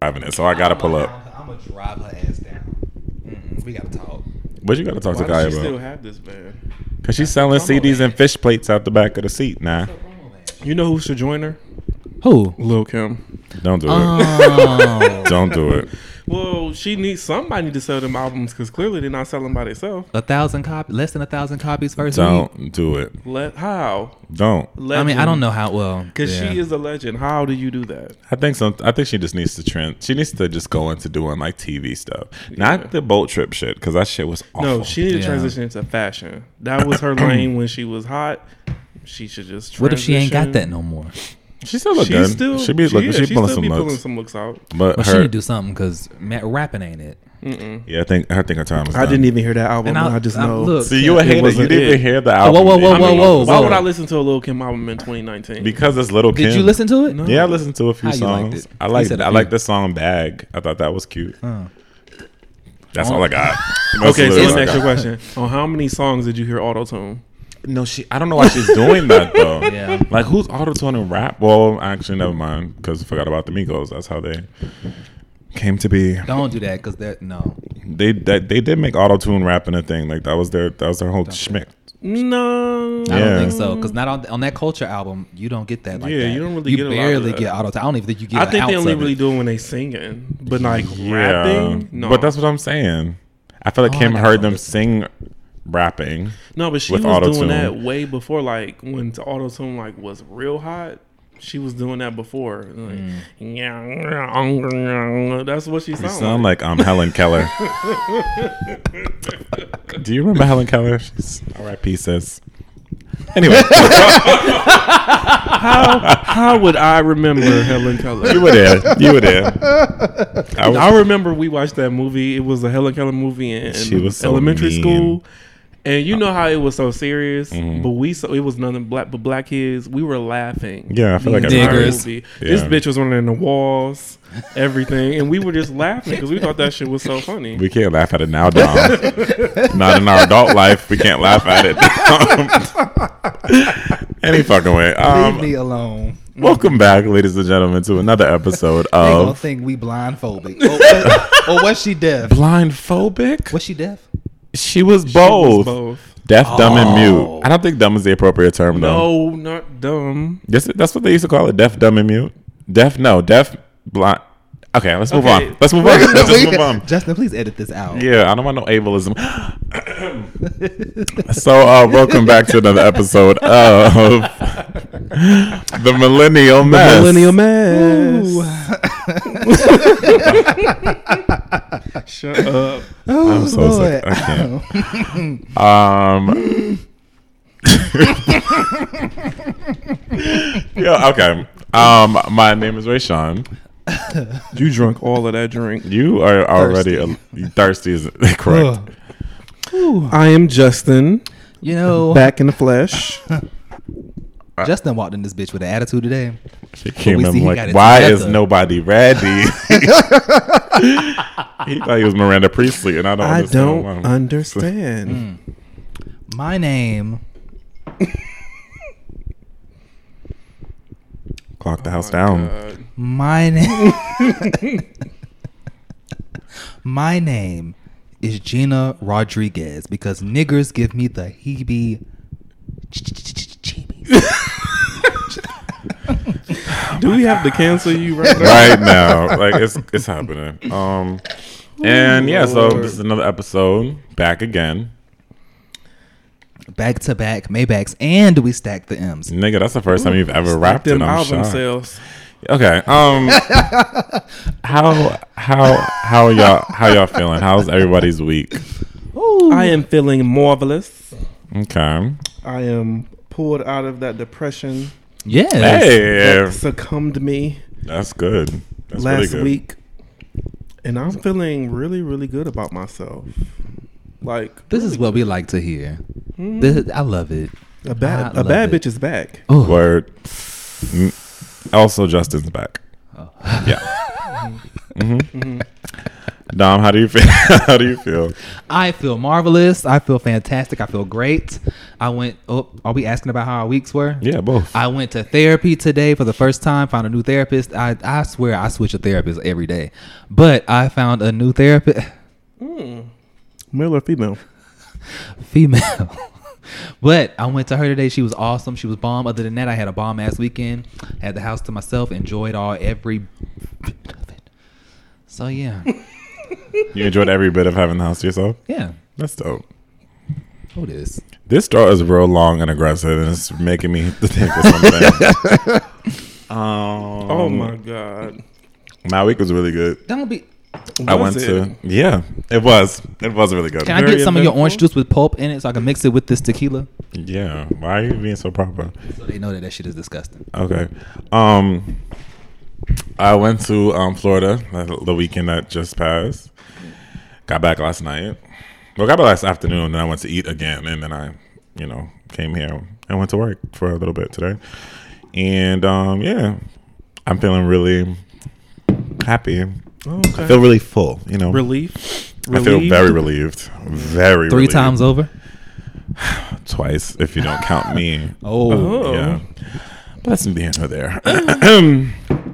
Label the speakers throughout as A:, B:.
A: driving it, so I gotta pull up.
B: I'm gonna drive her ass down. Mm-mm, we gotta talk.
A: What you gotta talk
C: Why
A: to guy
C: does she
A: about?
C: still have this van?
A: Cause she's selling
B: Come on,
A: CDs
B: man.
A: and fish plates out the back of the seat. Nah,
C: You know who should join her?
D: Who?
C: Lil Kim.
A: don't do it.
C: Um,
D: Oh,
A: Don't do it.
C: Well, she needs somebody to sell them albums because clearly they're not selling by themselves.
D: a thousand cop, less than a thousand copies first week.
A: Don't do it.
C: Let how?
A: Don't.
D: I mean, I don't know how well
C: Because
D: yeah.
C: she is a legend. How do you do that?
A: I think some. I think she just needs to trend. She needs to just go into doing like TV stuff, not the boat trip shit. Because that shit was awful.
C: No, she needed
D: Yeah.
C: to transition into fashion. That was her lane when she was hot. She should just. Transition.
D: What if she ain't got that no more?
A: she still look
C: She's
A: good.
C: still.
A: she be
C: she,
A: looking.
C: yeah,
A: she
C: she
A: pulling
C: still
A: some
C: be
A: looks,
C: pulling some looks out.
A: but
D: Well, she
A: her.
D: need to do something because rapping ain't it.
A: yeah, I think I think her time is. done.
C: even hear that
D: And
C: album.
D: I- I just I know. look-
A: See, you a
D: It
A: hater. You
D: wasn't
A: didn't
C: it.
A: even hear the
D: Oh,
A: album.
D: whoa, whoa, whoa,
A: yet.
D: whoa, whoa,
C: Why
D: whoa!
C: would I listen to a Lil Kim album in 2019?
A: Because it's little Kim.
D: Did you listen to it?
A: Yeah, I listened to a few
D: How you liked
A: songs.
D: it?
A: I
D: You
A: like
D: said a
A: I
D: few.
A: like the song "Bag." I thought that was cute.
D: Oh.
A: That's all I got. That's
C: okay, so
A: literally
C: let
A: all
C: me
A: I
C: ask
A: got.
C: you a question. On how many songs did you hear auto tune?
A: No, she. I don't know why she's doing that though.
D: Yeah.
A: Like, who's autotune and rap? Well, actually, never mind. Because I forgot about the Migos. That's how they came to be.
D: Don't do that because that no.
A: They that they did make autotune rapping a thing. Like that was their that was their whole schmick.
C: No.
D: I
A: Yeah.
D: don't think so because not on, on that culture album you don't get that. Like
C: Yeah,
D: that.
C: you don't really
D: You
C: get a lot of
D: barely
C: that.
D: get auto. I don't even think you get.
C: I think they
D: an ounce
C: only
D: of it.
C: really do it when they singing, but like rapping. No,
A: But that's what I'm saying. I feel like
D: Oh, I
A: Kim
D: gotta
A: heard
D: go
A: them
D: listen.
A: sing rapping.
C: no. But she
A: with
C: was
A: auto-tune.
C: doing that way before, like when auto tune like was real hot. She was doing that before. Like,
A: Mm.
C: that's what she
D: Oh,
A: You
C: sounded.
A: sound like I'm Helen Keller. Do you remember Helen Keller? She's R.I.P. sis. Anyway,
C: How would I remember Helen Keller?
A: you were there. You were there. I was-
C: I remember we watched that movie. It was a Helen Keller movie in, in
A: She was so
C: elementary
A: mean.
C: school. And you know how it was so serious,
A: Mm-hmm.
C: but we so it was nothing black but black kids. We were laughing.
A: Yeah, I feel like I
C: the entire
D: Niggers.
C: movie. This
A: Yeah.
C: bitch was running the walls, everything, and we were just laughing because we thought that shit was so funny.
A: We can't laugh at it now, Dom. Not in our adult life. We can't laugh at it. Any fucking way.
D: Leave
A: Um,
D: me alone.
A: welcome back, ladies and gentlemen, to another episode
D: They gonna
A: of
D: think we blindphobic. or, what- or was she deaf?
A: Blindphobic.
D: Was she deaf?
A: She was
C: She was
A: both Oh. deaf, dumb, and mute. I don't think dumb is the appropriate term, though.
C: No, Oh, not dumb.
A: Yes, that's what they used to call it. Deaf, dumb, and mute. Deaf, no, deaf, blind. Okay, let's move
C: Okay.
A: on. Let's move on. Let's just move on.
D: Justin, please edit this out.
A: Yeah, I don't want no ableism. so, uh, welcome back to another episode of the Millennial Mess.
C: mess.
D: Ooh.
C: Shut up.
D: Oh,
A: I'm so
D: Lord.
A: sick. I can't. um. yeah. Okay. Um. My name is Rayshawn.
C: You drunk all of that drink.
A: You are already a- thirsty. is correct.
D: Ugh.
C: I am Justin,
D: You know,
C: back in the flesh.
D: Justin walked in this bitch with an attitude today.
A: She came
D: we
A: in
D: see he got
A: like,
D: it
A: why is
D: together."
A: nobody ready? he thought he was Miranda Priestley, and I don't.
C: I
A: understand
C: don't
A: why.
C: understand.
A: Mm.
D: My name.
A: Clock the
C: Oh
A: house down.
D: My name. my name is Gina Rodriguez because niggers give me the heebie. jeebies.
C: Do we have to cancel you right now?
A: right now. Like it's it's happening. Um and yeah, so this is another episode back again.
D: Back to back Maybachs, and we stack the M's.
A: Nigga, that's the first time you've ever
C: Wrap
A: rapped
C: them
A: it. I'm
C: album
A: shocked.
C: sales.
A: Okay. Um how how how y'all how y'all feeling? How's everybody's week?
C: I am feeling marvelous.
A: Okay.
C: I am pulled out of that depression
D: Yes.
A: Hey.
C: that succumbed me
A: That's good. That's
C: last
A: really good.
C: week, and I'm feeling really, really good about myself. Like
D: This is what we like to hear. This, I love it.
C: a bad
D: I
C: a
D: love
C: bad
D: it.
C: bitch is back.
D: Oh,
A: Word.
C: Oh. Mm-hmm.
A: Mm. Also Justin's back. Yeah. hmm Mm-hmm. Dom, how do you feel? how do you feel?
D: I feel marvelous. I feel fantastic. I feel great. I went. Oh, are we asking about how our weeks were?
A: Yeah, both.
D: I went to therapy today for the first time. Found a new therapist. I I swear I switch a therapist every day, but I found a new therapist,
C: Male or female?
D: female. But I went to her today. She was awesome. She was bomb. Other than that, I had a bomb ass weekend. Had the house to myself. Enjoyed all every bit of it. So yeah,
A: You enjoyed every bit of having the house to yourself.
D: yeah.
A: That's dope.
D: Who this?
A: This straw is real long and aggressive, and it's making me to think of something. um,
C: Oh my god.
A: my week was really good.
D: Don't be.
A: I
C: Was
A: went
C: it?
A: to yeah, it was it was really good.
D: Can I
C: Very
D: get some of your
C: eventful.
D: orange juice with pulp in it so I can mix it with this tequila?
A: yeah, why are you being so proper?
D: So they know that that shit is disgusting.
A: Okay, um, I went to um Florida the- the weekend that just passed. Got back last night. Well, got back last afternoon, and then I went to eat again, and then I, you know, came here and went to work for a little bit today. And um, yeah, I'm feeling really happy. I feel really full, you know.
C: Relief.
A: I feel very relieved. Very
D: Three
A: relieved.
D: times over.
A: twice if you don't count me.
D: Oh,
C: Oh.
A: Yeah. But that's neither here nor there.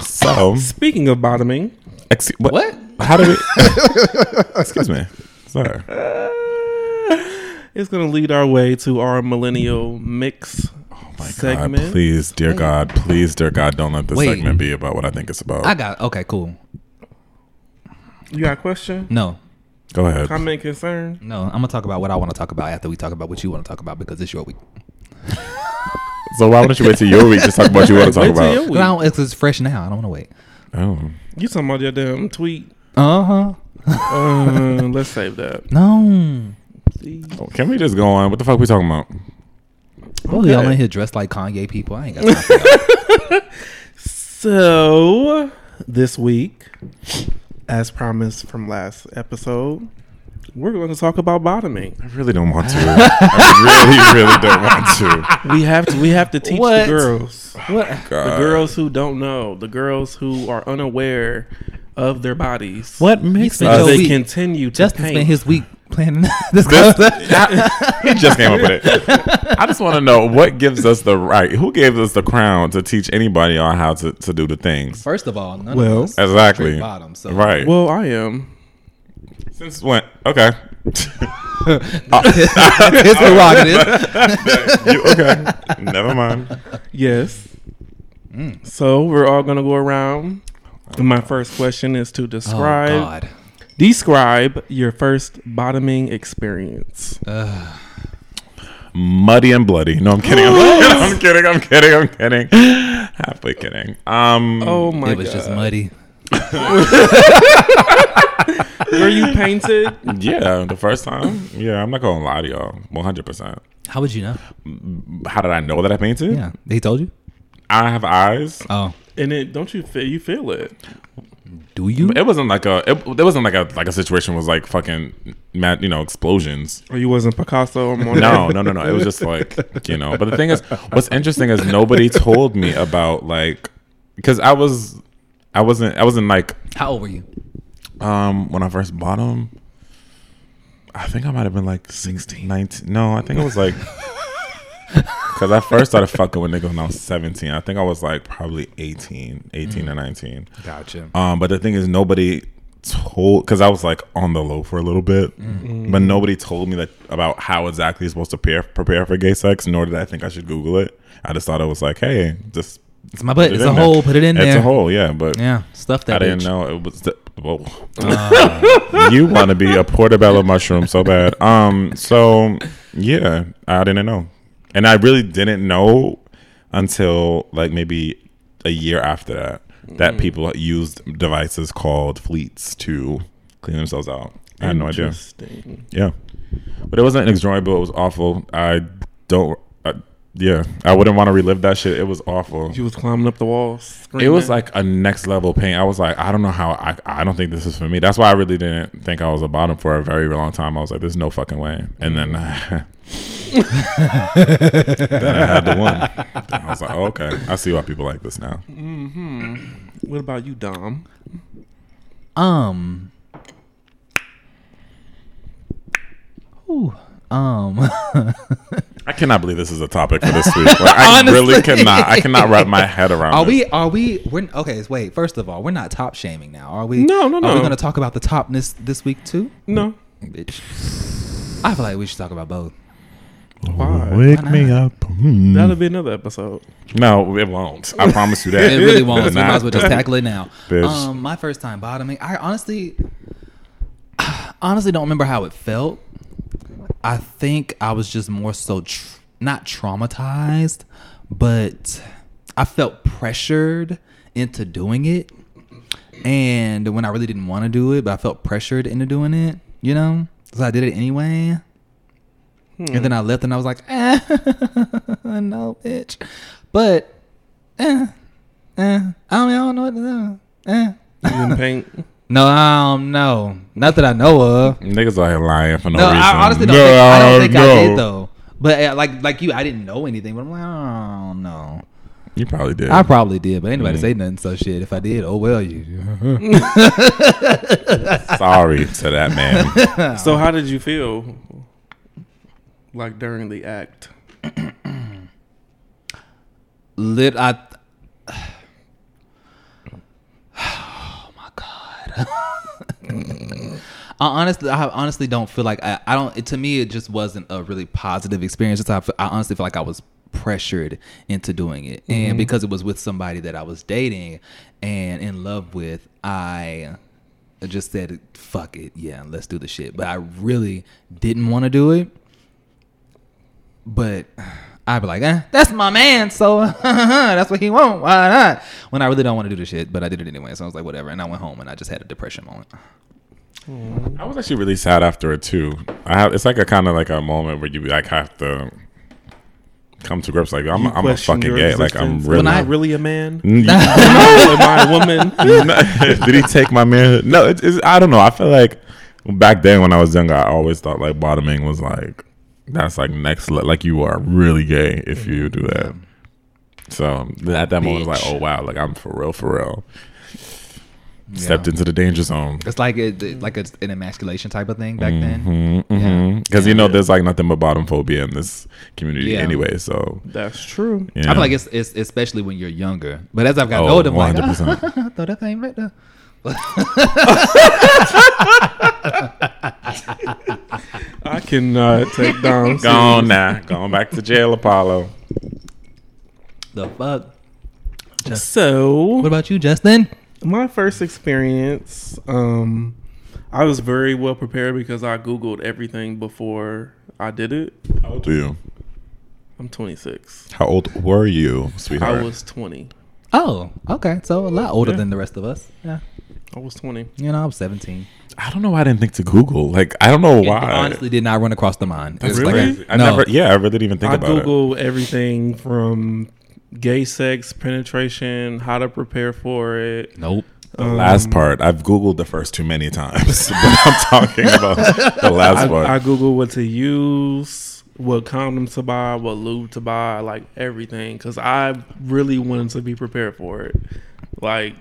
A: so,
C: Speaking of bottoming,
A: excuse, what?
D: what?
A: How did we? excuse me. Sorry.
C: it's gonna lead our way to our millennial mix segment.
A: Oh God, Uh, please, dear God, please, dear God, don't let this
D: Wait.
A: segment be about what I think it's about.
D: I got okay, cool.
C: You got a question?
D: No,
A: Go ahead.
C: Comment, concern?
D: no, I'm gonna talk about what I want to talk about after we talk about what you want to talk about because it's your week.
A: So why don't you wait till your week to talk about what you want to talk
C: Wait till your
A: about?
D: No, I
C: week.
D: don't- it's, it's fresh now. I don't want to wait.
A: Oh,
C: You talking about your damn tweet?
D: Uh huh.
C: Uh, let's save that.
D: No.
C: See?
A: oh, can we just go on? What the fuck we talking about?
D: Oh, y'all in here dressed like Kanye people. I ain't got time for that.
C: So this week, as promised from last episode, we're going to talk about bottoming.
A: I really don't want to. I really, really don't want to.
C: We have to. We have to teach
D: What?
C: the girls.
D: what?
A: God.
C: the girls who don't know, the girls who are unaware of their bodies.
A: What makes
D: spent
C: As
D: your
A: us?
C: they
D: week-
C: continue to
D: Justin
C: paint.
D: spent his week planning this.
A: This- he just came up with it. I just want to know what gives us the right. Who gave us the crown to teach anybody on how to, to do the things?
D: First of all, none
C: Well,
D: of us
A: Exactly.
D: straight bottom. So
A: Right.
C: well, I am.
A: Since when? Okay.
D: it's prerogative.
A: You- okay. Never mind.
C: Yes. So we're all gonna go around. My first question is to
D: Oh
C: describe
D: God.
C: describe your first bottoming experience.
A: Muddy and bloody. No, I'm kidding. I'm kidding. I'm kidding. I'm kidding. I'm kidding. Halfway kidding. Um.
C: oh my
D: It was
C: god!
D: just muddy.
C: Were you painted?
A: Yeah. The first time. Yeah. I'm not gonna lie to y'all. 100. percent
D: How would you know?
A: How did I know that I painted?
D: Yeah, he told you.
A: I have eyes.
D: Oh,
C: and it don't you feel you feel it?
D: do you?
A: It wasn't like a. It, it wasn't like a like a situation was like fucking mad. You know explosions.
C: Or you wasn't Picasso or Monet?
A: No, no, no, no. It was just like you know. But the thing is, what's interesting is nobody told me about like because I was, I wasn't, I wasn't like
D: How old were you?
A: um when I first bought them. I think I might have been like 16, 19. No, I think it was like because I first started fucking with niggas when I was seventeen. I think I was like probably 18, 18 or nineteen.
D: Gotcha.
A: Um, but the thing is, nobody told because I was like on the low for a little bit,
D: Mm.
A: but nobody told me that about how exactly you're supposed to prepare, prepare for gay sex. Nor did I think I should Google it. I just thought it was like, hey, just
D: It's my butt.
A: put it
D: It's
A: in
D: a
A: there.
D: hole. Put it in
A: it's
D: there.
A: a hole, yeah. But
D: Yeah, stuff
A: I
D: that.
A: didn't
D: bitch. Uh,
A: know it was. The, whoa. you want to be a portobello mushroom so bad. Um. So yeah, I didn't know, and I really didn't know until like maybe a year after that
D: Mm.
A: that people used devices called fleets to clean themselves out. I had no idea.
C: Interesting.
A: Yeah, but it wasn't enjoyable. It was awful. I don't. I, yeah, I wouldn't want to relive that shit. It was awful.
C: She was climbing up the walls.
A: It
C: Screaming.
A: was like a next level pain. I was like, I don't know how I, I don't think this is for me. That's why I really didn't think I was a bottom for a very long time. I was like, there's no fucking way. And then, then I had the one. Then I was like, oh, okay, I see why people like this now.
C: What about you, Dom?
D: Um, Whew. Um.
A: I cannot believe this is a topic for this week. Like, I really
D: Honestly.
A: cannot. I cannot wrap my head around.
D: Are
A: this.
D: we? Are we? We're okay. Wait. First of all, we're not top shaming now, are we?
C: No, no,
D: Are we
C: no.
D: going to talk about the topness this week too?
C: No.
D: Bitch. I feel like we should talk about both.
C: Why?
A: Wake me up. Mm.
C: That'll be another episode.
A: No, it won't. I promise you that.
D: It really won't. so
A: It's
D: we might
A: not.
D: as well just tackle it now.
A: Bitch.
D: Um, my first time bottoming. I honestly, honestly don't remember how it felt. I think I was just more so tr- not traumatized, but I felt pressured into doing it, and when I really didn't want to do it, but I felt pressured into doing it. You know, so I did it anyway. And then I left, and I was like, eh, no, bitch. But eh, eh, I don't, I don't know what to do. Eh.
C: You didn't paint.
D: No, I don't know. Not that I know of.
A: Niggas out here lying for no,
D: No,
A: reason.
D: I honestly don't
A: No,
D: think, I, don't
A: uh,
D: think
A: no.
D: I did though. But uh, like like you, I didn't know anything. But I'm like, I don't know.
A: You probably did.
D: I probably did, but anybody say nothing. So shit, if I did, oh well, you.
A: Sorry to that man.
C: So how did you feel? Like during the act?
D: Lit, I. Oh my god. Oh I honestly, I honestly don't feel like I, I don't. It, to me, it just wasn't a really positive experience. It's, I, fe- I honestly feel like I was pressured into doing it, and because it was with somebody that I was dating and in love with, I just said, "Fuck it, yeah, let's do the shit." But I really didn't want to do it but I'd be like, eh, that's my man, so that's what he want. Why not? When I really don't want to do the shit, but I did it anyway, so I was like, whatever. And I went home and I just had a depression moment.
A: I was actually really sad after it too. I have. It's like a kind of like a moment where you like have to come to grips. Like I'm,
C: You
A: I'm a
C: questioned
A: fucking
C: your
A: gay. Like I'm
C: existence?
A: really.
D: When
C: Am I
D: I-
C: really a man?
A: Mm, you-
C: no, am I a woman?
A: Did he take my manhood? No, it's, it's, I don't know. I feel like back then when I was younger, I always thought like bottoming was like that's like next le- like you are really gay if you do that. So th- at that moment, I was like,
D: Bitch.
A: oh wow, like I'm for real, for real. Stepped into the danger zone.
D: It's like it, it- like it's an emasculation type of thing back then.
A: Mm-hmm. Because you know, there's like nothing but bottom phobia in this community
D: Yeah.
A: anyway. So
C: That's true.
A: yeah.
D: I feel like it's, it's especially when you're younger. But as I've gotten
A: Oh,
D: older, I'm like,
A: 100%.
D: I thought that thing right there.
C: I cannot take down.
A: gone now, going back to jail, Apollo.
D: The fuck? What
C: So
D: about you, Justin?
C: my first experience, um, I was very well prepared because I googled everything before I did it.
A: How old were you?
C: I'm 26.
A: How old were you, sweetheart?
C: I was 20.
D: Oh, okay. So a lot older than the rest of us. Yeah.
C: I was 20.
D: You know, I'm 17.
A: I don't know why I didn't think to Google. Like I don't know
D: It
A: why.
D: honestly did not run across the mind. It was
A: Really?
D: like a-
A: I
D: no.
A: never. Yeah, I really didn't even think
C: I
A: about it.
C: Google everything from gay sex, penetration, how to prepare for it. Um,
D: Nope.
A: The last
D: um,
A: part, I've Googled the first too many times, but I'm talking about the last
C: I,
A: part.
C: I Google what to use, what condom to buy, what lube to buy, like everything, because I really wanted to be prepared for it. Like,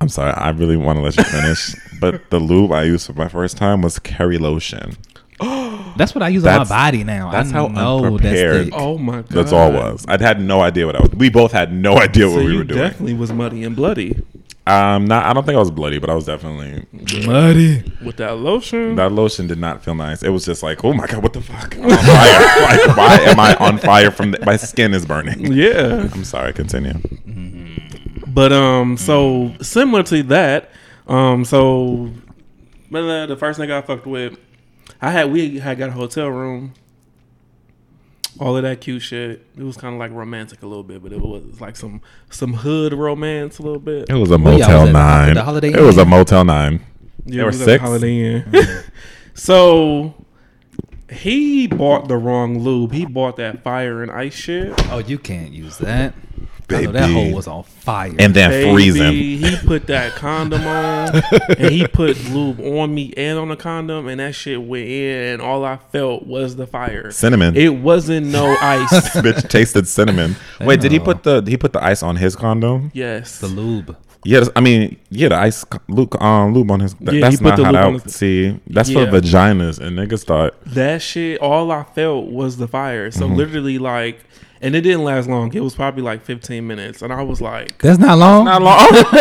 A: I'm sorry. I really want to let you finish, but the lube I used for my first time was Kerry lotion.
D: That's what I use
A: That's-
D: on my body now.
A: that's
D: I
A: how
D: know
A: unprepared-
D: that's thick.
C: oh my god,
A: That's all it was. I had no idea what I was. We both had no idea
C: So
A: what we
C: you
A: were doing.
C: definitely was muddy and bloody
A: Um, not. I don't think I was bloody, but I was definitely.
D: Muddy.
C: with that lotion.
A: That lotion did not feel nice. It was just like, oh my god, what the fuck? I'm on fire. like, why am I on fire? From the, my skin is burning.
C: yeah,
A: I'm sorry. Continue.
C: but um, so similar to that, um, so but, uh, the first nigga I fucked with, I had we had got a hotel room. All of that cute shit. It was kind of like romantic a little bit, but it was like some some hood romance a little bit.
A: It was a
D: y'all
A: Motel
D: was at?
A: Nine.
D: The Holiday
A: it was a
D: Inn?
A: Motel Nine. There
C: Yeah, it
A: were
C: was at
A: six?
C: Holiday Inn. so he bought the wrong lube. He bought that fire and ice shit.
D: Oh, you can't use that. I know that
A: Baby.
D: hole was on fire.
A: And then
C: Baby,
A: freezing.
C: He put that condom on and he put lube on me and on the condom, and that shit went in, and all I felt was the fire.
A: Cinnamon.
C: It wasn't no ice.
A: Bitch tasted cinnamon. Wait, did he put the he put the ice on his condom?
C: yes.
D: the lube.
A: Yeah, that's- I mean, yeah, the ice c- lube, um, lube on his. That,
C: Yeah,
A: that's
C: he put
A: not
C: the
A: hot
C: lube on
A: out.
C: his-
A: See, that's
C: Yeah.
A: for vaginas, and niggas thought
C: That shit, all I felt was the fire. So literally, like, and it didn't last long. It was probably like 15 minutes, and I was like,
D: That's not long.
A: not long.
D: That's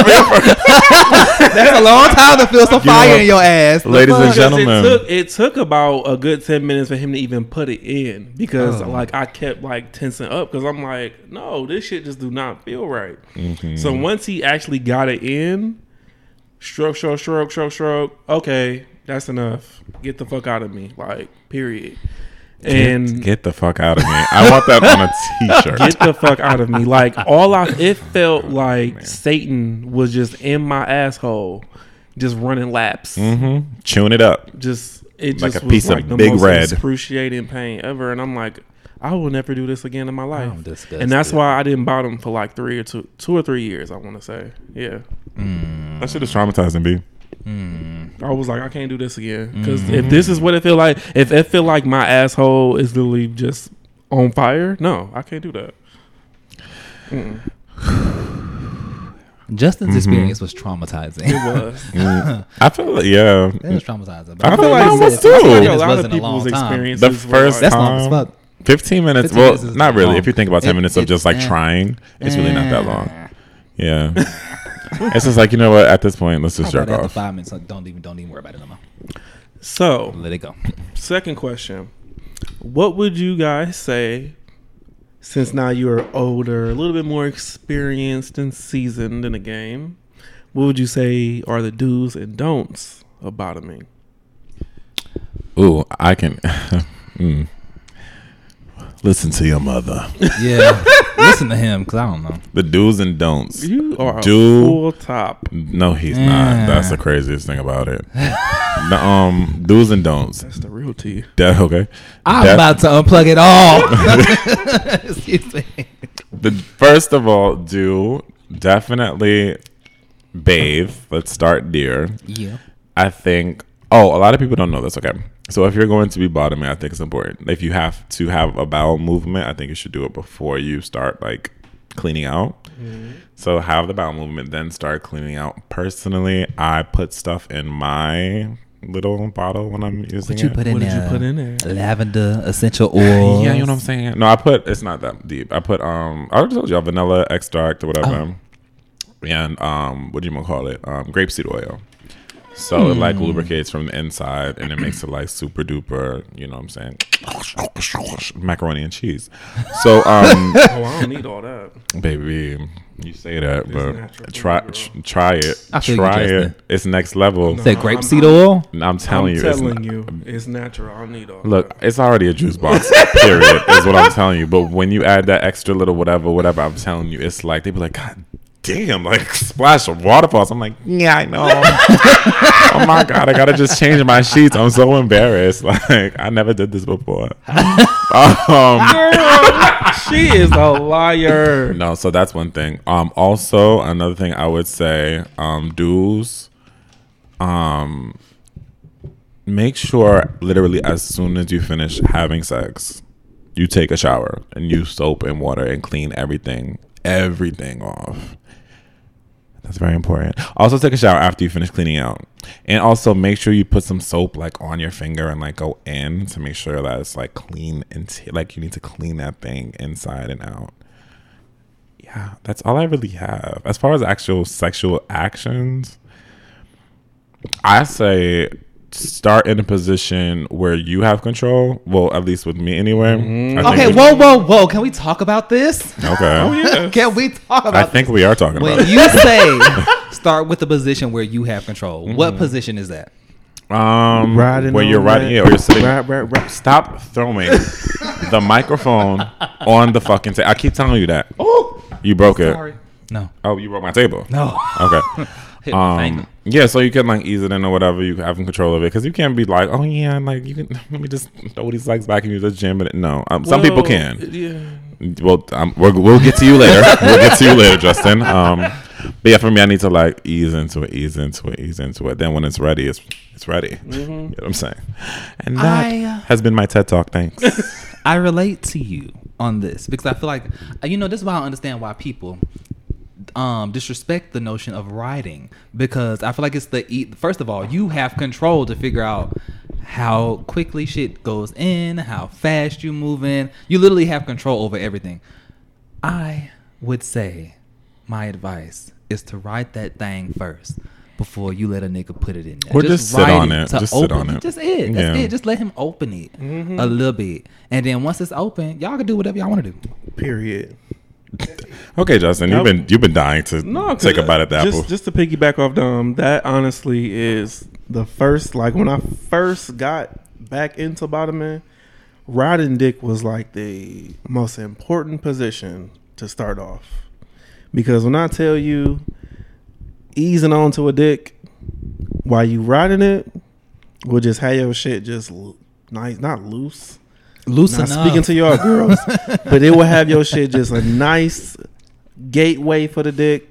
D: a long time to feel some fire in your ass. The
A: Ladies and
D: fuck?
C: because
A: Gentlemen.
C: it took it took about a good 10 minutes for him to even put it in because like I kept like tensing up because I'm like, no, this shit just do not feel right.
A: Mm-hmm.
C: So once he actually got it in, stroke, stroke, stroke, stroke, stroke. Okay, that's enough. Get the fuck out of me, like period. And
A: Get the fuck out of me! I want that on a T-shirt.
C: get the fuck out of me. Like all I, it felt
A: Oh,
C: like Satan was just in my asshole, just running laps.
A: hmm Chewing it up.
C: Just it
A: Like
C: just
A: a
C: was
A: piece of
C: like the
A: Big
C: most
A: Red.
C: excruciating pain ever, and I'm like, I will never do this again in my life.
D: I'm disgusted.
C: and that's why I didn't bottom for like three or two, two or three years. I want to say, yeah.
A: That shit is traumatizing, b.
C: I was like, I can't do this again because
A: Mm-hmm.
C: if this is what it feel like, if it feel like my asshole is literally just on fire, no, I can't do that.
D: Justin's
A: Mm-hmm.
D: experience was traumatizing.
C: It was.
A: Mm. I feel like yeah.
D: It was traumatizing.
A: I feel like
D: it
A: mine was
D: was-
A: too.
D: I feel like
A: Yeah,
D: it
A: a
D: wasn't a long time.
A: The
C: experiences were
A: first
C: like-
D: That's long as
A: Um,
D: fuck.
A: 15 minutes.
D: 15
A: well,
D: minutes is
A: not really.
D: long.
A: If you think about 10
D: It-
A: minutes of
D: it's-
A: just like
D: eh.
A: trying, it's really not that long. Yeah. it's just like, you know what? At this point, let's
D: How
A: just
D: about
A: jerk
D: after
A: off.
D: five minutes? Like, don't even don't even worry about it no more.
C: so
D: Let it go.
C: Second question. What would you guys say since now you are older, a little bit more experienced and seasoned in the game? What would you say are the do's and don'ts of bottoming?
A: Ooh, I can. mm. Listen to your mother.
D: Yeah, listen to him because I don't know.
A: The do's and don'ts.
C: You are
A: Do-
C: a full top.
A: No, he's not. That's the craziest thing about it. the, um, do's and don'ts.
C: That's the real tea.
A: That, okay.
D: I'm
A: Def-
D: about to unplug it all. Excuse me.
A: The first of all, do definitely bathe. Let's start there.
D: Yeah.
A: I think. Oh, a lot of people don't know this. Okay, so if you're going to be bottoming, I think it's important. If you have to have a bowel movement, I think you should do it before you start like cleaning out.
D: Mm-hmm.
A: So have the bowel movement, then start cleaning out. Personally, I put stuff in my little bottle when I'm using
D: What you
A: it.
D: put in
C: What did
D: there?
C: you put in there?
D: Lavender essential oil.
A: yeah, you know what I'm saying. No, I put it's not that deep. I put um, I already told y'all vanilla extract or
D: Oh.
A: whatever, and um, what do you want to call it? Um, grapeseed oil. So it
D: Hmm.
A: like lubricates from the inside, and it makes it like super duper. You know what I'm saying? Macaroni and cheese. So um,
C: Oh, I don't need all that.
A: baby, you say that,
C: natural
A: but
C: for
A: try
C: you, girl.
A: try it,
D: I feel you,
A: try
D: Justin.
A: it. It's next level.
D: Say
C: No,
D: grapeseed
C: I'm-
D: oil.
A: And I'm
C: I'm
A: telling you, it's
C: telling
A: not-
C: you, it's natural. I don't need all
A: Look, it's already a juice box, period, is what I'm telling you. But when you add that extra little whatever, whatever, I'm telling you, it's like, they be like, God damn, like splash of waterfalls. I'm like, yeah, I know. oh my God, I got to just change my sheets. I'm so embarrassed. Like, I never did this before. um,
C: that. she is a liar.
A: no, so that's one thing. Um, also, another thing I would say, um, dues, um, make sure literally as soon as you finish having sex, you take a shower and use soap and water and clean everything, everything off. That's very important. Also, take a shower after you finish cleaning out, and also make sure you put some soap like on your finger and like go in to make sure that it's like clean and like you need to clean that thing inside and out. Yeah, that's all I really have as far as actual sexual actions. I say start in a position where you have control. Well, at least with me, anyway. I think
D: Okay,
A: we-
D: whoa, whoa, whoa! Can we talk about this?
A: Okay. Oh yeah.
D: Can we talk
A: I
D: about
A: think we are talking about
D: when
A: it.
D: you say start with the position where you have control?
A: Mm-hmm.
D: What position is that?
A: Um,
C: Riding
A: when you're
C: on
A: riding,
C: that-
A: yeah, or you're sitting.
C: Right, right, right.
A: Stop throwing the microphone on the fucking table. I keep telling you that.
D: Oh,
A: You broke
D: sorry.
A: it.
D: No,
A: Oh, you broke my table.
D: no.
A: Okay.
D: Hit my
A: Um,
D: finger.
A: yeah, so you can like ease it in or whatever. You have control of it because you can't be like, oh yeah, like you can. Let me just throw these legs back and you just jam it. No, um, some people
C: Well,
A: can.
C: Yeah.
A: Well, um, we're, we'll get to you later. we'll get to you later, Justin. Um, but yeah, for me, I need to like ease into it, ease into it, ease into it. Then when it's ready, it's it's ready. You know what I'm saying? And that
D: I, uh,
A: has been my TED talk. Thanks.
D: I relate to you on this because I feel like you know this is why I understand why people um, disrespect the notion of writing because I feel like it's the e- first of all you have control to figure out how quickly shit goes in, how fast you move in. You literally have control over everything. I would say my advice is to write that thing first before you let a nigga put it in there.
A: Or just sit
D: write
A: on it.
D: to
A: Just sit
D: open
A: on it.
D: Just it. That's
A: Yeah.
D: it. Just let him open it a little bit. And then once it's open, y'all can do whatever y'all want to do.
C: Period.
A: Okay, Justin, you've been you've been dying to
C: No, 'cause,
A: take a bite at the
C: uh, just,
A: apple.
C: Just to piggyback off Dom, that honestly is the first. Like when I first got back into bottoming, riding dick was like the most important position to start off. Because when I tell you, easing onto a dick while you riding it will just have your shit just l- nice, not loose.
D: Loosen
C: Not
D: up.
C: speaking to y'all girls, but it will have your shit just a nice gateway for the dick,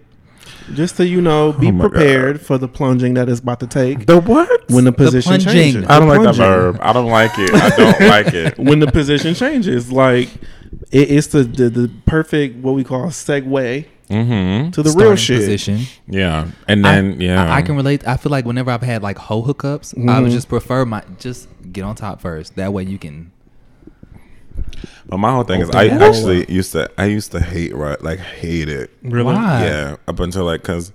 C: just so you know, be
A: Oh my God.
C: prepared for the plunging that is about to take
A: the what?
C: when the position
D: plunging.
C: changes.
A: I don't
C: The
A: like that
C: plunging.
A: verb. I don't like it. I don't like it.
C: When the position changes, like it, it's the, the the perfect what we call segue
A: Mm-hmm.
C: to the
D: starting
C: real shit.
D: Position.
A: Yeah, and
D: I-
A: then yeah,
D: I, I can relate. I feel like whenever I've had like hoe hookups, I
C: Mm-hmm.
D: would just prefer my just get on top first. That way you can.
A: But my whole thing is,
D: Open
A: I
D: that
A: actually used to, I used to hate right, like hate it.
C: Really?
D: Why?
A: Yeah, up until like, cause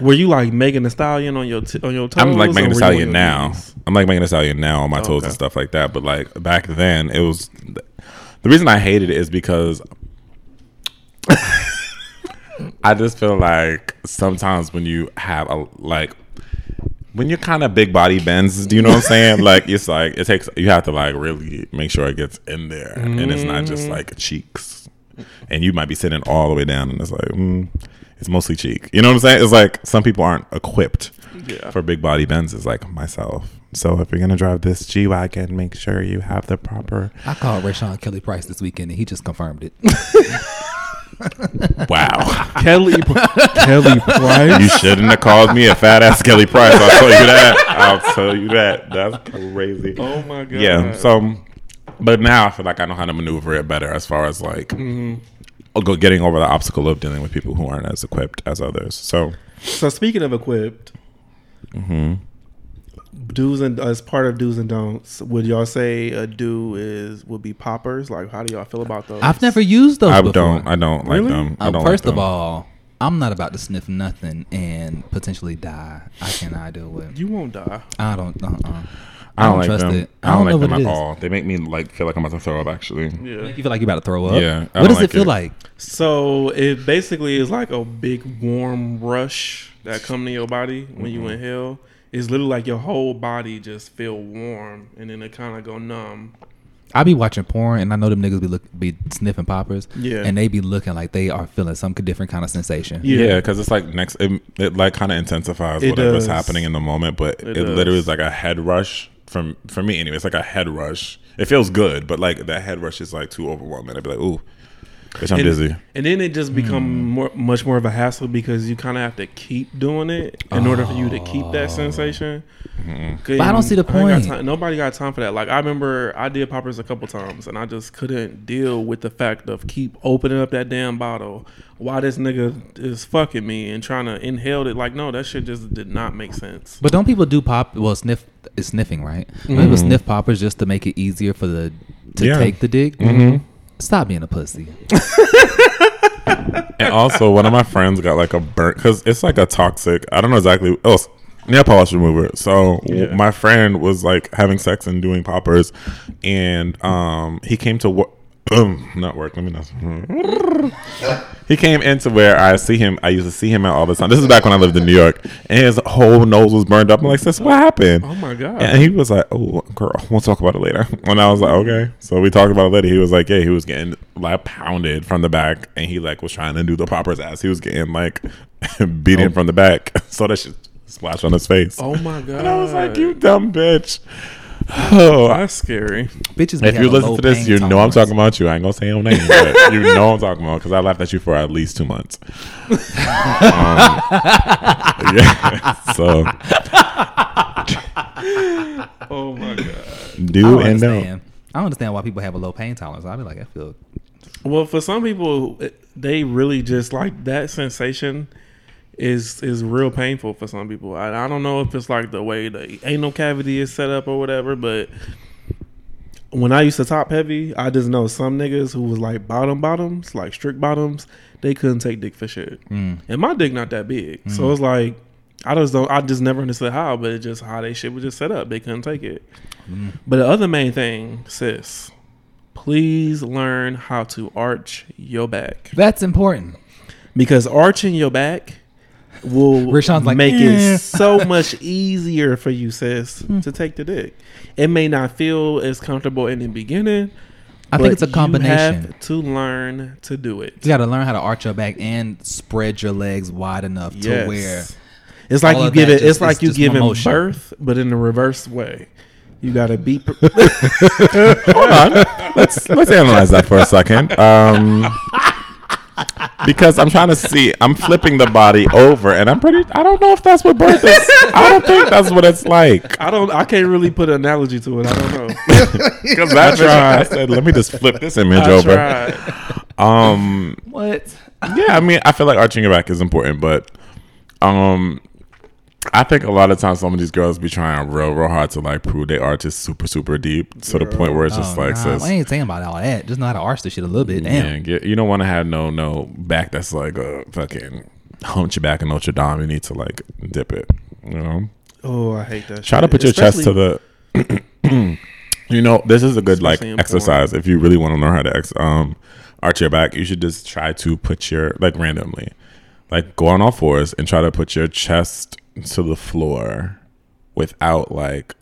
C: Were you like Megan Thee Stallion on your t- on your toes?
A: I'm like
C: or
A: making a
C: were you on
A: stallion
C: your
A: now.
C: knees?
A: I'm like making a stallion now on my toes
C: okay.
A: and stuff like that. But like back then, it was the reason I hated it is because I just feel like sometimes when you have a like when you're kind of big body bends, do you know what I'm saying? like it's like it takes you have to like really make sure it gets in there and it's not
C: Mm.
A: just like cheeks. And you might be sitting all the way down and it's like mm, it's mostly cheek. You know what I'm saying? It's like some people aren't equipped
C: Yeah.
A: for big body bends is like myself. So if you're gonna drive this G wagon, make sure you have the proper.
D: I called Rashawn Kelly Price this weekend and he just confirmed it.
A: Wow,
C: Kelly Kelly Price.
A: you shouldn't have called me a fat ass Kelly Price. I'll tell you that. I'll tell you that. That's crazy.
C: Oh my god.
A: yeah. So, but now I feel like I know how to maneuver it better as far as like
C: Mm-hmm.
A: oh, go getting over the obstacle of dealing with people who aren't as equipped as others. So
C: So speaking of equipped, do's and as part of do's and don'ts, would y'all say a do is would be poppers? Like, how do y'all feel about those?
D: I've never used those.
A: I
D: before.
A: don't. I don't like
C: Really?
A: them. I
D: Um,
A: don't.
D: first
A: like
D: of
A: them.
D: all, I'm not about to sniff nothing and potentially die. I cannot do it.
C: You won't die.
D: I don't. Uh-uh.
A: I don't, like them. I don't,
D: know
A: like them at
D: what it is.
A: all. They make me like feel like I'm about to throw up. Actually.
C: Yeah.
D: You feel like you're about to throw up.
A: Yeah, I don't
D: What does
A: like
D: it feel
A: it.
D: like?
C: So it basically is like a big warm rush that come to your body when you inhale. It's literally like your whole body just feel warm, and then it kind of go numb.
D: I be watching porn and I know them niggas be look be sniffing poppers.
C: Yeah.
D: And they be looking like they are feeling some different kind of sensation.
C: Yeah.
A: Yeah, because it's like next, it, it like kind of intensifies
C: It
A: whatever's
C: does.
A: happening in the moment, but it,
C: It does.
A: literally is like a head rush from for me anyway. It's like a head rush. It feels good, but like that head rush is like too overwhelming. I'd be like, ooh, bitch, I'm
C: and,
A: dizzy.
C: And then it just become
D: Hmm.
C: more, much more of a hassle because you kind of have to keep doing it in order for you to keep that sensation. But
D: Ah. I don't see the point.
C: nobody got time for that. Like I remember I did poppers a couple times and I just couldn't deal with the fact of keep opening up that damn bottle while this nigga is fucking me and trying to inhale it. Like no, that shit just did not make sense.
D: But don't people do pop? Well, sniff is sniffing, right? Don't
A: Mm-hmm.
D: People sniff poppers just to make it easier for the to
A: Yeah.
D: take the dick.
A: Mm-hmm.
D: Stop being a pussy.
A: And also, one of my friends got like a burnt because it's like a toxic. I don't know exactly. Oh, it's nail polish remover. So w- my friend was like having sex and doing poppers, and um, he came to work. not work. Let me not. he came into where I see him. I used to see him out all the time. This is back when I lived in New York, and his whole nose was burned up. I'm like, sis, what happened?
C: Oh my god.
A: And he was like, "Oh, girl, we'll talk about it later." And I was like, "Okay." So we talked about it later. He was like, "Yeah, he was getting like pounded from the back, and he like was trying to do the popper's ass. He was getting like
D: Oh.
A: beaten from the back, so that shit splashed on his face."
C: oh my god.
A: And I was like, "You dumb bitch!" Oh, I-
C: that's scary.
D: Bitches. be
A: if you
D: having
A: listen
D: low
A: to this,
D: pain
A: you know I'm
D: tolerance.
A: talking about you. I ain't gonna say your name, but you know I'm talking about because I laughed at you for at least two months. um, yeah, so
C: Oh my god.
D: I
A: do
D: don't
A: and don't.
D: understand. I don't understand why people have a low pain tolerance. I'd be like, I feel
C: Well, for some people, they really just like that sensation is is real painful for some people. I, I don't know if it's like the way the anal cavity is set up or whatever, but when I used to top heavy, I just know some niggas who was like bottom bottoms, like strict bottoms, they couldn't take dick for shit. And my dick not that big, so it's like. I just don't. I just never understood how, but it's just how they shit was just set up. They couldn't take it. But the other main thing, sis, please learn how to arch your back
D: That's important.
C: because arching your back will
D: Rashawn's like,
C: make
D: "Eh."
C: it so much easier for you, sis,
D: Hmm.
C: to take the dick. It may not feel as comfortable in the beginning.
D: I
C: but
D: think it's a
C: you
D: combination.
C: have to learn to do it.
D: You got to learn how to arch your back and spread your legs wide enough to where
C: it's like
D: all
C: you
D: of
C: give
D: that
C: it.
D: just-
C: it's like
D: it's
C: you
D: just
C: giving
D: promotion.
C: birth, but in the reverse way. You gotta be. pre-
A: let's let's analyze that for a second. Um, because I'm trying to see, I'm flipping the body over, and I'm pretty. I don't know if that's what birth is. I don't think that's what it's like.
C: I don't. I can't really put an analogy to it. I don't know.
A: Because I tried. I said, let me just flip this image
C: I
A: over.
C: tried.
A: Um,
D: what?
A: yeah, I mean, I feel like arching your back is important, but um, I think a lot of times some of these girls be trying real, real hard to like prove they are just super, super deep to the point
D: oh,
A: where it's just like,
D: nah,
A: sis,
D: I ain't saying about all that. Just know how to arch the shit a little bit. Damn.
A: Yeah, get, you don't want to have no no back that's like a fucking hunchback in Notre Dame. You need to like dip it. You know,
C: Oh, I hate that.
A: try to
C: shit.
A: put your chest to
C: Especially-
A: the. you know, this is a good like
C: Especially in porn.
A: exercise if you really want to learn how to ex- um arch your back. You should just try to put your like randomly, like go on all fours and try to put your chest to the floor without like.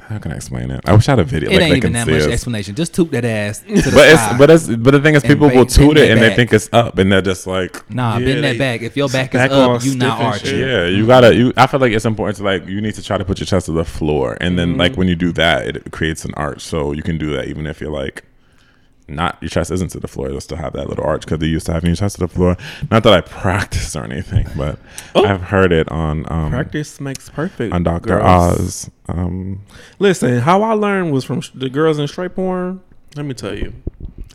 A: How can I explain it? I wish I had a video.
D: It
A: like,
D: ain't
A: they
D: even
A: can
D: that
A: see
D: much
A: us
D: explanation. Just toot that ass. To the
A: but it's
D: side.
A: but it's but the thing is,
D: and
A: people will
D: bend- bend
A: toot it
D: their
A: and they
D: back.
A: think it's up, and they're just like,
D: nah,
C: Yeah,
D: bend
C: they-
D: that back. If your back is
C: back all
D: up, you
C: stiff
D: not
C: and
D: arching.
C: shit.
A: yeah, you gotta. You, I feel like it's important to like you need to try to put your chest to the floor, and then like
D: Mm-hmm.
A: when you do that, it creates an arch. So you can do that even if you're like. Not your chest isn't to the floor. You'll still have that little arch because they used to having your chest to the floor. Not that I practiced or anything, but
C: Oh.
A: I've heard it on um,
C: Practice makes perfect.
A: on Doctor
C: girls.
A: Oz. Um,
C: Listen, how I learned was from sh- the girls in straight porn. Let me tell you,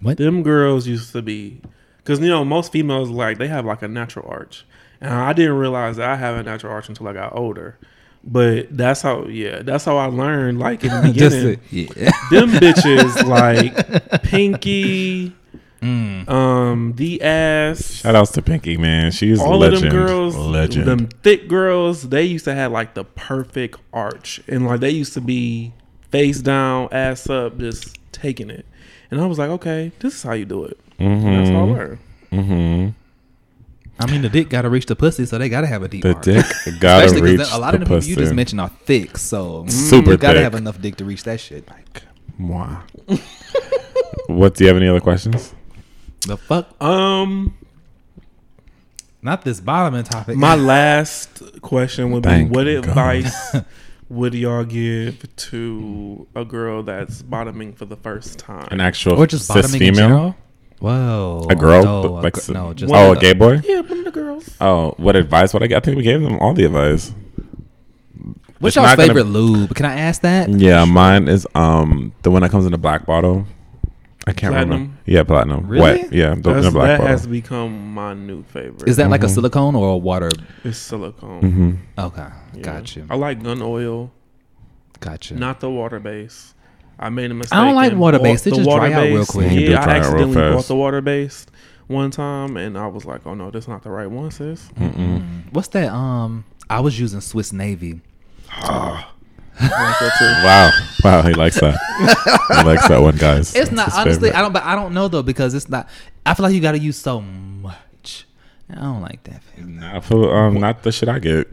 D: What?
C: them girls used to be, because you know most females like they have like a natural arch, and I didn't realize that I have a natural arch until I got older. But that's how, yeah, that's how I learned. Like in the
D: Just
C: beginning,
D: to- yeah.
C: them bitches like Pinky,
D: Mm.
C: um, the ass,
A: shout outs to Pinky, man. She's
C: all
A: a legend.
C: of them girls,
A: legend.
C: them thick girls, they used to have like the perfect arch, and like they used to be face down, ass up, just taking it. And I was like, okay, this is how you do it.
A: Mm-hmm.
C: And That's all I learned.
A: hmm
D: I mean, the dick got to reach the pussy, so they got to have a deep
A: The
D: arch.
A: dick gotta
D: Especially
A: reach
D: because a lot
A: the
D: of the people you just
A: pussy.
D: mentioned are thick, so
A: Super
D: you gotta
A: thick.
D: have enough dick to reach that shit.
A: Moi. what do you have any other questions?
D: The fuck?
C: Um,
D: Not this bottoming topic.
C: my last question would be,
A: Thank
C: what
A: God.
C: advice would y'all give to a girl that's bottoming for the first time?
A: An actual
D: or just
A: cis
D: bottoming in
A: female,
D: general. Whoa,
A: a girl,
D: No,
A: but
D: a
A: like
D: gr-
A: si-
D: no, just
A: oh,
D: a-
A: a gay boy.
C: yeah, from the girls.
A: Oh, what advice? What I, get? I think we gave them all the advice. It's
D: What's your
A: not gonna-
D: favorite lube? Can I ask that?
A: Yeah, mine is um the one that comes in a black bottle. I can't remember.
C: Platinum?
A: Yeah, platinum.
D: Really?
A: What? Yeah, the, in
C: That's,
A: a black
C: that
A: bottle.
C: has become my new favorite.
D: Is that like a
A: Mm-hmm.
D: silicone or a water?
C: it's silicone?
D: Okay,
C: Yeah.
D: got you,
C: I like gun oil.
D: got you.
C: Not the water base. I made a mistake.
D: I don't like
C: and
D: water
C: bought
D: based. It
C: the
D: just
C: water
D: dry out real
C: based.
D: quick.
A: You do dry
C: Yeah, I
A: out real
C: accidentally
A: fast.
C: bought the water based one time, and I was like, "Oh no, that's not the right one, sis."
D: What's that? Um, I was using Swiss Navy.
A: Wow, wow, he likes that. he likes that one, guys.
D: It's
A: That's
D: not
A: his
D: honestly.
A: favorite.
D: I don't. But I don't know though because it's not. I feel like you got to use so much. I don't like that.
A: I feel um, not the shit I get.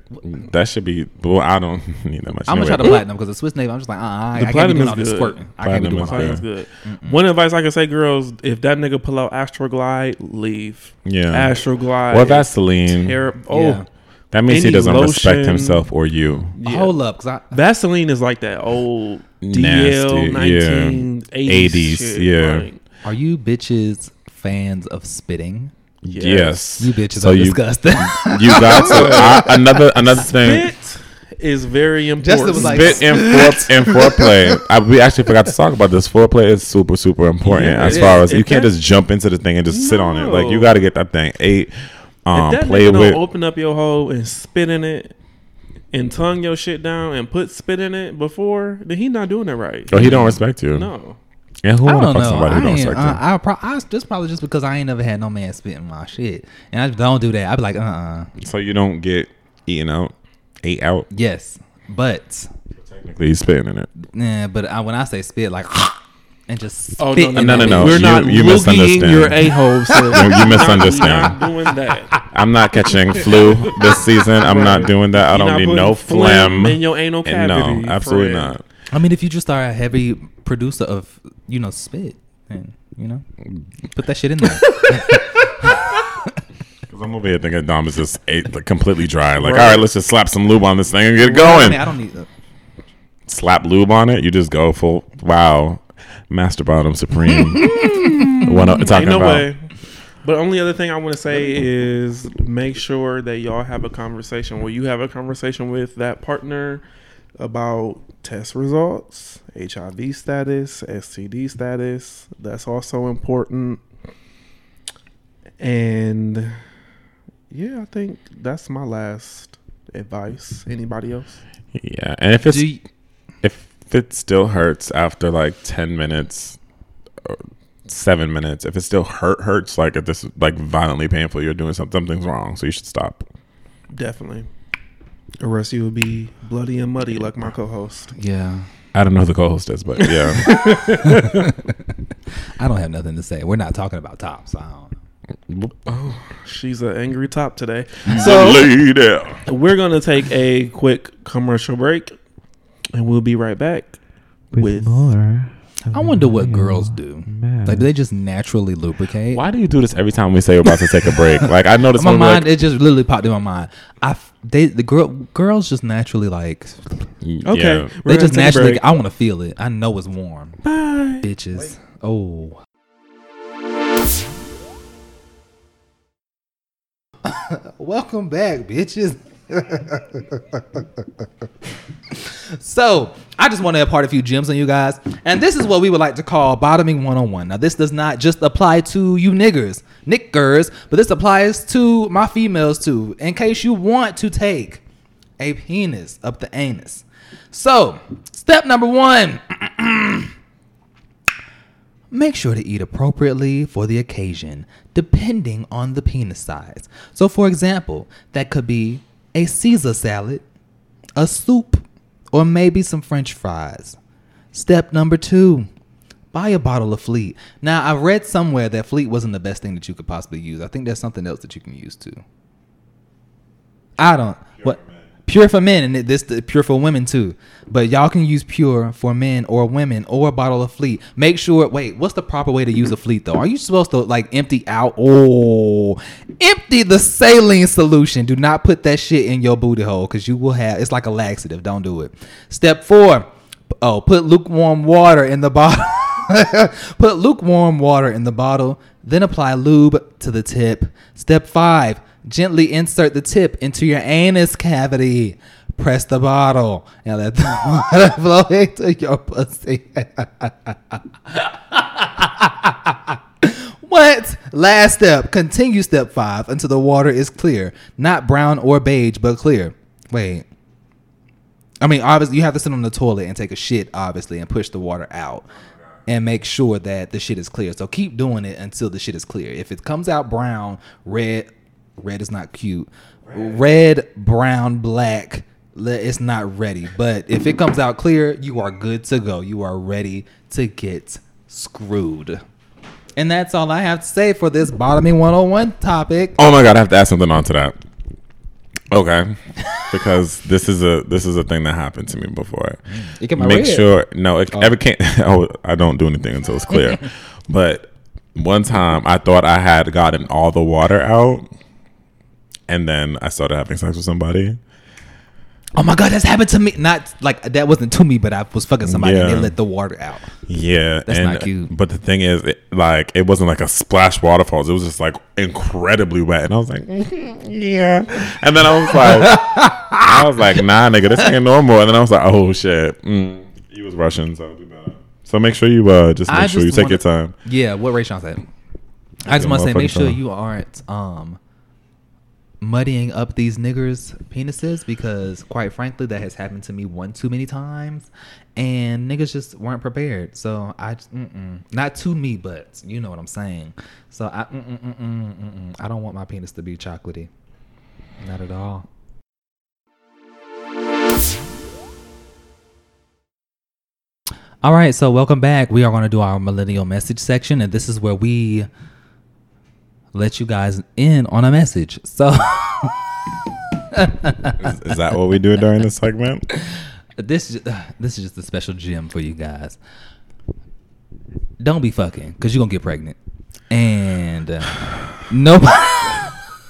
A: That should be. Well, I don't need that much.
D: I'm gonna try
A: Anyway.
D: the platinum because the Swiss Navy. I'm just like, uh, I,
C: The
D: I can't be
C: platinum
D: doing
C: is
D: all this
C: good.
D: squirting. I can't be
A: Platinum
D: doing all
A: is
D: that.
C: Sounds good. One advice I can say, girls, if that nigga pull out Astroglide, leave.
A: Yeah.
C: Astroglide.
A: Well, Vaseline.
C: terrible. Oh,
D: Yeah.
A: That means he
C: Any
A: doesn't respect
C: lotion-
A: himself or you.
C: yeah.
D: Hold up, because I
C: Vaseline is like that old
A: Nasty,
C: DL nineteen
A: yeah.
C: eighties.
A: 80s,
C: shit.
A: yeah.
C: Like,
D: are you bitches fans of spitting?
A: Yes.
D: You bitches
A: So
D: are
A: you-
D: disgusting.
A: You got to I, another another thing.
C: Spit is very important.
D: was like-
A: Spit and, fore- and foreplay. I, we actually forgot to talk about this. Foreplay is super, super important
C: Yeah,
A: as
C: it
A: far
C: is.
A: as you
C: If
A: can't
C: that-
A: just jump into the thing and just sit on it. Like you
C: No.
A: got to get that thing ate, um,
C: if that
A: play
C: nigga
A: with.
C: don't open up your hole and spit in it and tongue your shit down and put spit in it before, then he not doing it right.
A: or Oh, he don't respect you.
C: No.
A: And who
D: I
A: want to
D: don't
A: fuck
D: know.
A: somebody
D: I
A: who don't
D: ain't,
A: respect
D: uh,
A: you?
D: I, pro- I that's probably just because I ain't never had no man spitting my shit, and I don't do that. I'd be like, uh, uh
A: So you don't get eaten out, ate out.
D: yes, but
A: Technically, he's spitting in it.
D: nah, but I, when I say spit, like, and just spit
C: Oh,
D: in
C: no,
A: no,
D: that
A: no, no.
D: bitch.
C: We're
A: you-
C: not
A: you
C: looking
A: misunderstand.
C: your a hole,
A: You,
C: sir.
A: you
C: Not
A: misunderstand.
C: doing that.
A: I'm not catching flu this season. I'm not doing that. I
C: You're
A: don't
C: not
A: need
C: putting
A: no phlegm.
C: in your anal
A: And
C: cavity.
A: no, absolutely
C: friend.
A: not.
D: I mean, if you just are a heavy producer of you know spit, then you know, put that shit in there.
A: Because I'm over here thinking Dom is just ate, like, completely dry. Like, all right, let's just slap some lube on this thing and get
D: I,
A: going.
D: mean, I don't need. Uh,
A: slap lube on it. You just go full. Wow, Master Bottom Supreme. what I'm talking
C: Ain't no
A: about?
C: way. But only other thing I want to say is make sure that y'all have a conversation where you have a conversation with that partner about test results, HIV status, STD status. That's also important. And yeah, I think that's my last advice. Anybody else?
A: Yeah, and if it's
D: do you,
A: if it still hurts after like ten minutes, or seven minutes, if it still hurt hurts like if this is, like violently painful, you're doing something something's wrong. So you should stop.
C: Definitely. Or else you would be bloody and muddy like my co-host.
D: yeah,
A: I don't know who the co-host is, but yeah,
D: I don't have nothing to say. We're not talking about tops. I don't. know.
C: She's an angry top today.
A: so lay down.
C: We're going to take a quick commercial break and we'll be right back with.
E: more.
D: I wonder what girls do. Like, do they just naturally lubricate?
A: Why do you do this every time we say we're about to take a break? Like I noticed
D: my
A: when
D: mind,
A: like,
D: it just literally popped in my mind. I f- they the girl girls just naturally like
C: Okay.
A: yeah.
D: they
C: we're gonna
D: just
C: take a
D: naturally.
C: break.
D: I want to feel it. I know it's warm,
C: Bye.
D: bitches. Oh, welcome back, bitches. So I just want to impart a few gems on you guys, and this is what we would like to call bottoming one on one. Now, this does not just apply to you niggers, niggers, but this applies to my females too. In case you want to take a penis up the anus, so step number one. Make sure to eat appropriately for the occasion, depending on the penis size. So, for example, that could be a Caesar salad, a soup, or maybe some french fries. Step number two buy a bottle of Fleet. Now, I've read somewhere that Fleet wasn't the best thing that you could possibly use. I think there's something else that you can use too. I don't. what? Pure for men, and it- this the pure for women too. But y'all can use pure for men or women or a bottle of fleet. Make sure. Wait, what's the proper way to use a fleet though? Are you supposed to like empty out? Oh, empty the saline solution. Do not put that shit in your booty hole because you will have. It's like a laxative. Don't do it. Step four. Oh, put lukewarm water in the bottle. put lukewarm water in the bottle, then apply lube to the tip. Step five, gently insert the tip into your anus cavity. Press the bottle and let the water flow into your pussy. What? Last step. Continue step five until the water is clear. Not brown or beige, but clear. Wait. I mean, obviously, you have to sit on the toilet and take a shit, obviously, and push the water out and make sure that the shit is clear. So keep doing it until the shit is clear. If it comes out brown, red, red is not cute. Red, brown, black, le- it's not ready. But if it comes out clear, you are good to go. You are ready to get screwed. And that's all I have to say for this bottoming 101 topic.
A: Oh my god, I have to add something onto that. Okay, because this is a this is a thing that happened to me before.
D: You get my
A: Make
D: red.
A: sure no, it ever can't. Oh, I don't do anything until it's clear. but one time, I thought I had gotten all the water out, and then I started having sex with somebody.
D: Oh my God, that's happened to me. Not like that wasn't to me, but I was fucking somebody and
A: Yeah.
D: they let the water out.
A: Yeah,
D: That's
A: and,
D: not cute.
A: But the thing is, it, like, it wasn't like a splash waterfalls. It was just like incredibly wet, and I was like, yeah. And then I was like, I was like, nah, nigga, this ain't normal. And then I was like, oh shit, mm, you was Russian, so do better. So make sure you uh, just make
D: I
A: sure
D: just
A: you take
D: wanna-
A: your time.
D: Yeah, what Ray Sean said. I just
A: your
D: want to say, make
A: motherfucking
D: sure
A: time.
D: you aren't um, muddying up these niggers' penises because, quite frankly, that has happened to me one too many times, and niggas just weren't prepared. So I, just, mm-mm. not to me, but you know what I'm saying. So I, mm-mm, mm-mm, mm-mm. I don't want my penis to be chocolatey. Not at all. All right, so welcome back. We are going to do our millennial message section, and this is where we let you guys in on a message. So
A: Is, is that what we do during this segment?
D: this is- this is just a special gem for you guys. Don't be fucking, cause you're gonna get pregnant, and uh, nobody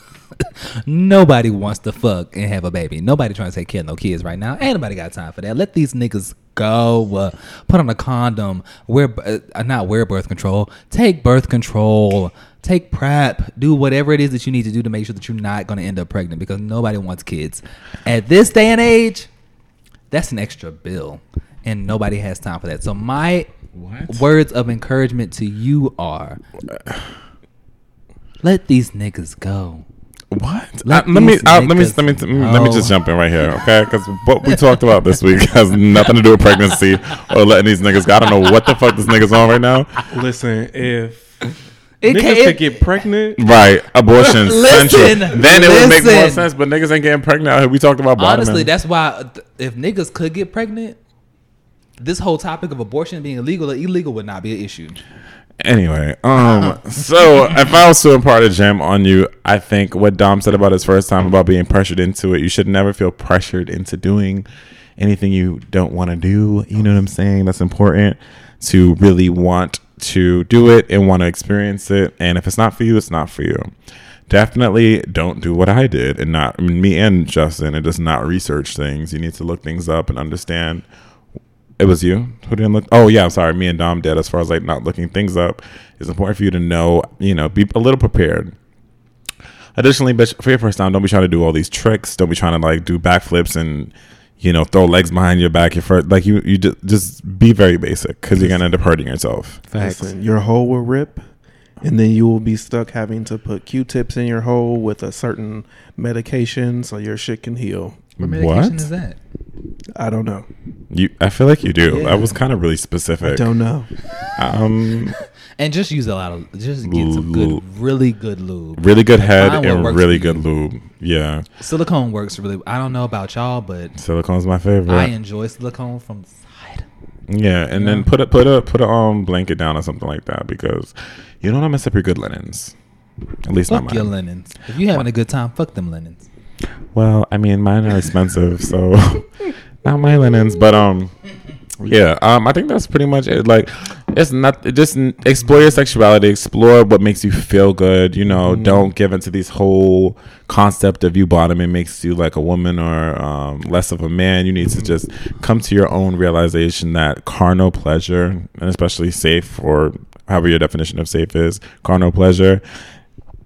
D: nobody wants to fuck and have a baby. Nobody trying to take care of no kids right now. Ain't nobody got time for that. Let these niggas go. Uh, put on a condom. Wear uh, not wear birth control. Take birth control. Take prep. Do whatever it is that you need to do to make sure that you're not gonna end up pregnant because nobody wants kids at this day and age that's an extra bill and nobody has time for that so my words of encouragement to you are let these niggas go
A: What?
D: Let
A: Let, let me
D: these
A: I, let me
D: niggas
A: let me let me
D: know.
A: just jump in right here, okay? Because what we talked about this week has nothing to do with pregnancy or letting these niggas. go. I don't know what the fuck this niggas on right now.
F: Listen, if
D: it
F: niggas
D: can't,
F: could get pregnant,
A: Right, abortion
D: Listen,
A: central. Then it would make more
D: listen.
A: sense. But niggas ain't getting pregnant. out here. We talked about bottoming.
D: honestly that's why th- if niggas could get pregnant this whole topic of abortion being illegal or illegal would not be an issue
A: Anyway, um, so if I was to impart a gem on you, I think what Dom said about his first time about being pressured into it, you should never feel pressured into doing anything you don't want to do. You know what I'm saying? That's important to really want to do it and want to experience it. And if it's not for you, it's not for you. Definitely don't do what I did and not I mean, me and Justin and just not research things. You need to look things up and understand it was you who didn't look. Oh yeah, I'm sorry. Me and Dom did. As far as like not looking things up, it's important for you to know. You know, be a little prepared. Additionally, bitch, for your first time, don't be trying to do all these tricks. Don't be trying to like do backflips and you know throw legs behind your back. Your first, like you you just, just be very basic because you're gonna end up hurting yourself.
C: Listen, your hole will rip, and then you will be stuck having to put Q-tips in your hole with a certain medication so your shit can heal.
D: what medication is
A: What?
D: that
C: I don't know.
A: You? I feel like you do.
D: Yeah.
A: That was kind of really
C: I
A: specific.
C: don't know.
A: Um,
D: and just use a lot of just get some good
A: Lube.
D: really good lube
A: really good
D: Find
A: head
D: what
A: and
D: works
A: really
D: for you.
A: good lube. Yeah,
D: silicone works really i don't know about y'all but
A: silicone's my favorite.
D: i enjoy silicone from the side
A: Yeah, and then put a put a put a um blanket down or something like that because you don't want to mess up your good linens. At least
D: Fuck
A: not
D: your
A: mine.
D: linens. If you having a good time, fuck them linens.
A: well, I mean, mine are expensive, so not my linens. But um, yeah, um, I think that's pretty much it. Like, it's not it just n- explore your sexuality, explore what makes you feel good. You know,
D: Mm-hmm.
A: don't give into these whole concept of you bottoming makes you like a woman or um, less of a man. You need to just come to your own realization that carnal pleasure, and especially safe or however your definition of safe is, carnal pleasure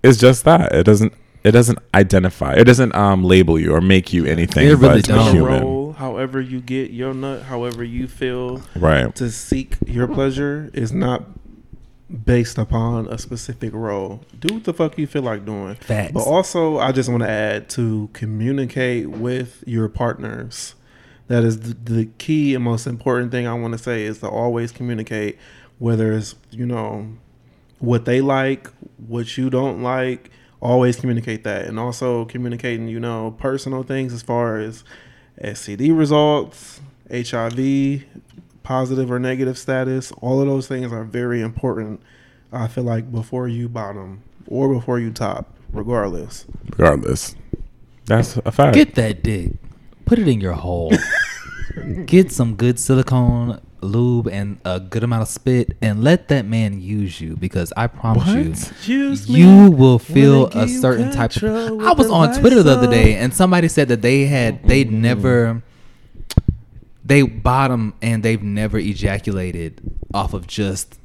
A: it's just that it doesn't it doesn't identify it doesn't um label you or make you anything
D: It really
A: but a
D: don't.
A: human
C: Roll however you get your nut, however you feel
A: right
C: to seek your pleasure is not based upon a specific role. Do what the fuck you feel like doing.
D: Facts.
C: But also, I just want to add to communicate with your partners. That is the, the key and most important thing I want to say is to always communicate, whether it's, you know, what they like, what you don't like. Always communicate that, and also communicating, you know, personal things as far as STD results, HIV, positive or negative status. All of those things are very important. I feel like before you bottom or before you top, regardless.
A: regardless that's a fact
D: Get that dick. Put it in your hole. get some good silicone lube and a good amount of spit and let that man use you because I promise you
C: Use
D: you will feel a certain type of I was on Twitter the other day and somebody said that they had they'd never they bottom and they've never ejaculated off of just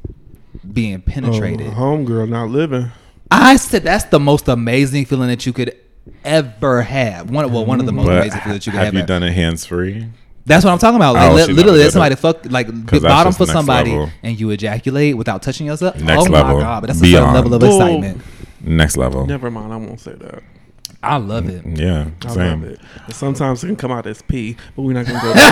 D: being
C: Oh,
D: penetrated.
C: homegirl not living.
D: I said that's the most amazing feeling that you could ever have. One, well, one of the most
A: But
D: amazing feelings you can
A: have
D: have.
A: you
D: ever.
A: done it hands free?
D: That's what I'm talking about.
A: Oh,
D: Like,
A: she
D: li- literally,
A: never
D: let
A: did it.
D: somebody fuck like big
A: that's
D: bottom
A: just
D: for
A: next
D: somebody,
A: level.
D: and you ejaculate without touching yourself.
A: Next
D: oh
A: level.
D: my god! But that's a certain
A: Beyond.
D: level of
G: Well,
D: excitement.
A: Next level.
C: Never mind, I won't say that.
D: I love it.
A: Yeah,
C: I
A: same.
C: love it. But sometimes it can come out as pee, but we're not gonna go. there.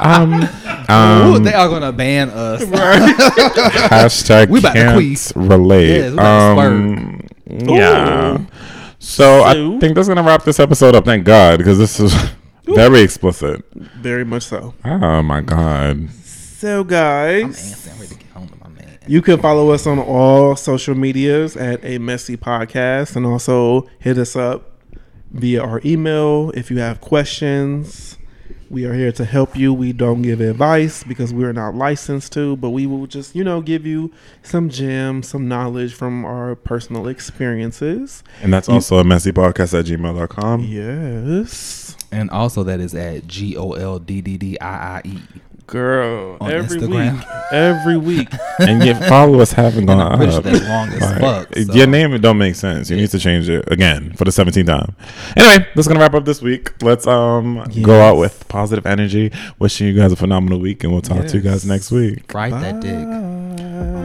A: Um,
D: Ooh,
A: um
D: they are gonna ban us.
A: hashtag
D: We about to
A: can't
D: queef.
A: relate.
D: Yes, we about to
A: um, yeah. So I
G: So-
A: think that's gonna wrap this episode up. Thank God, because this is very explicit.
C: Very much so.
A: Oh my God.
C: So, guys,
D: Anson, I'm ready to get home to my man.
C: you can follow us on all social medias at a messy podcast, and also hit us up via our email if you have questions. We are here to help you. We don't give advice because we're not licensed to, but we will just, you know, give you some gems, some knowledge from our personal experiences.
A: And that's also a messy podcast at gmail.com.
C: Yes.
D: And also, that is at G O L D D D I I E.
C: Girl,
D: On
C: every
D: Instagram.
C: week, every week.
A: And your followers haven't gone
D: I'm pretty sure
A: up.
D: that's long as
A: Like,
D: fuck. so-
A: Your name don't make sense. You need to change it again for the 17th time. Anyway, that's gonna wrap up this week. Let's um go out with positive energy. Wishing you guys a phenomenal week, and we'll talk to you guys
C: Yes.
A: next week.
D: Right, that dick.
C: Bye.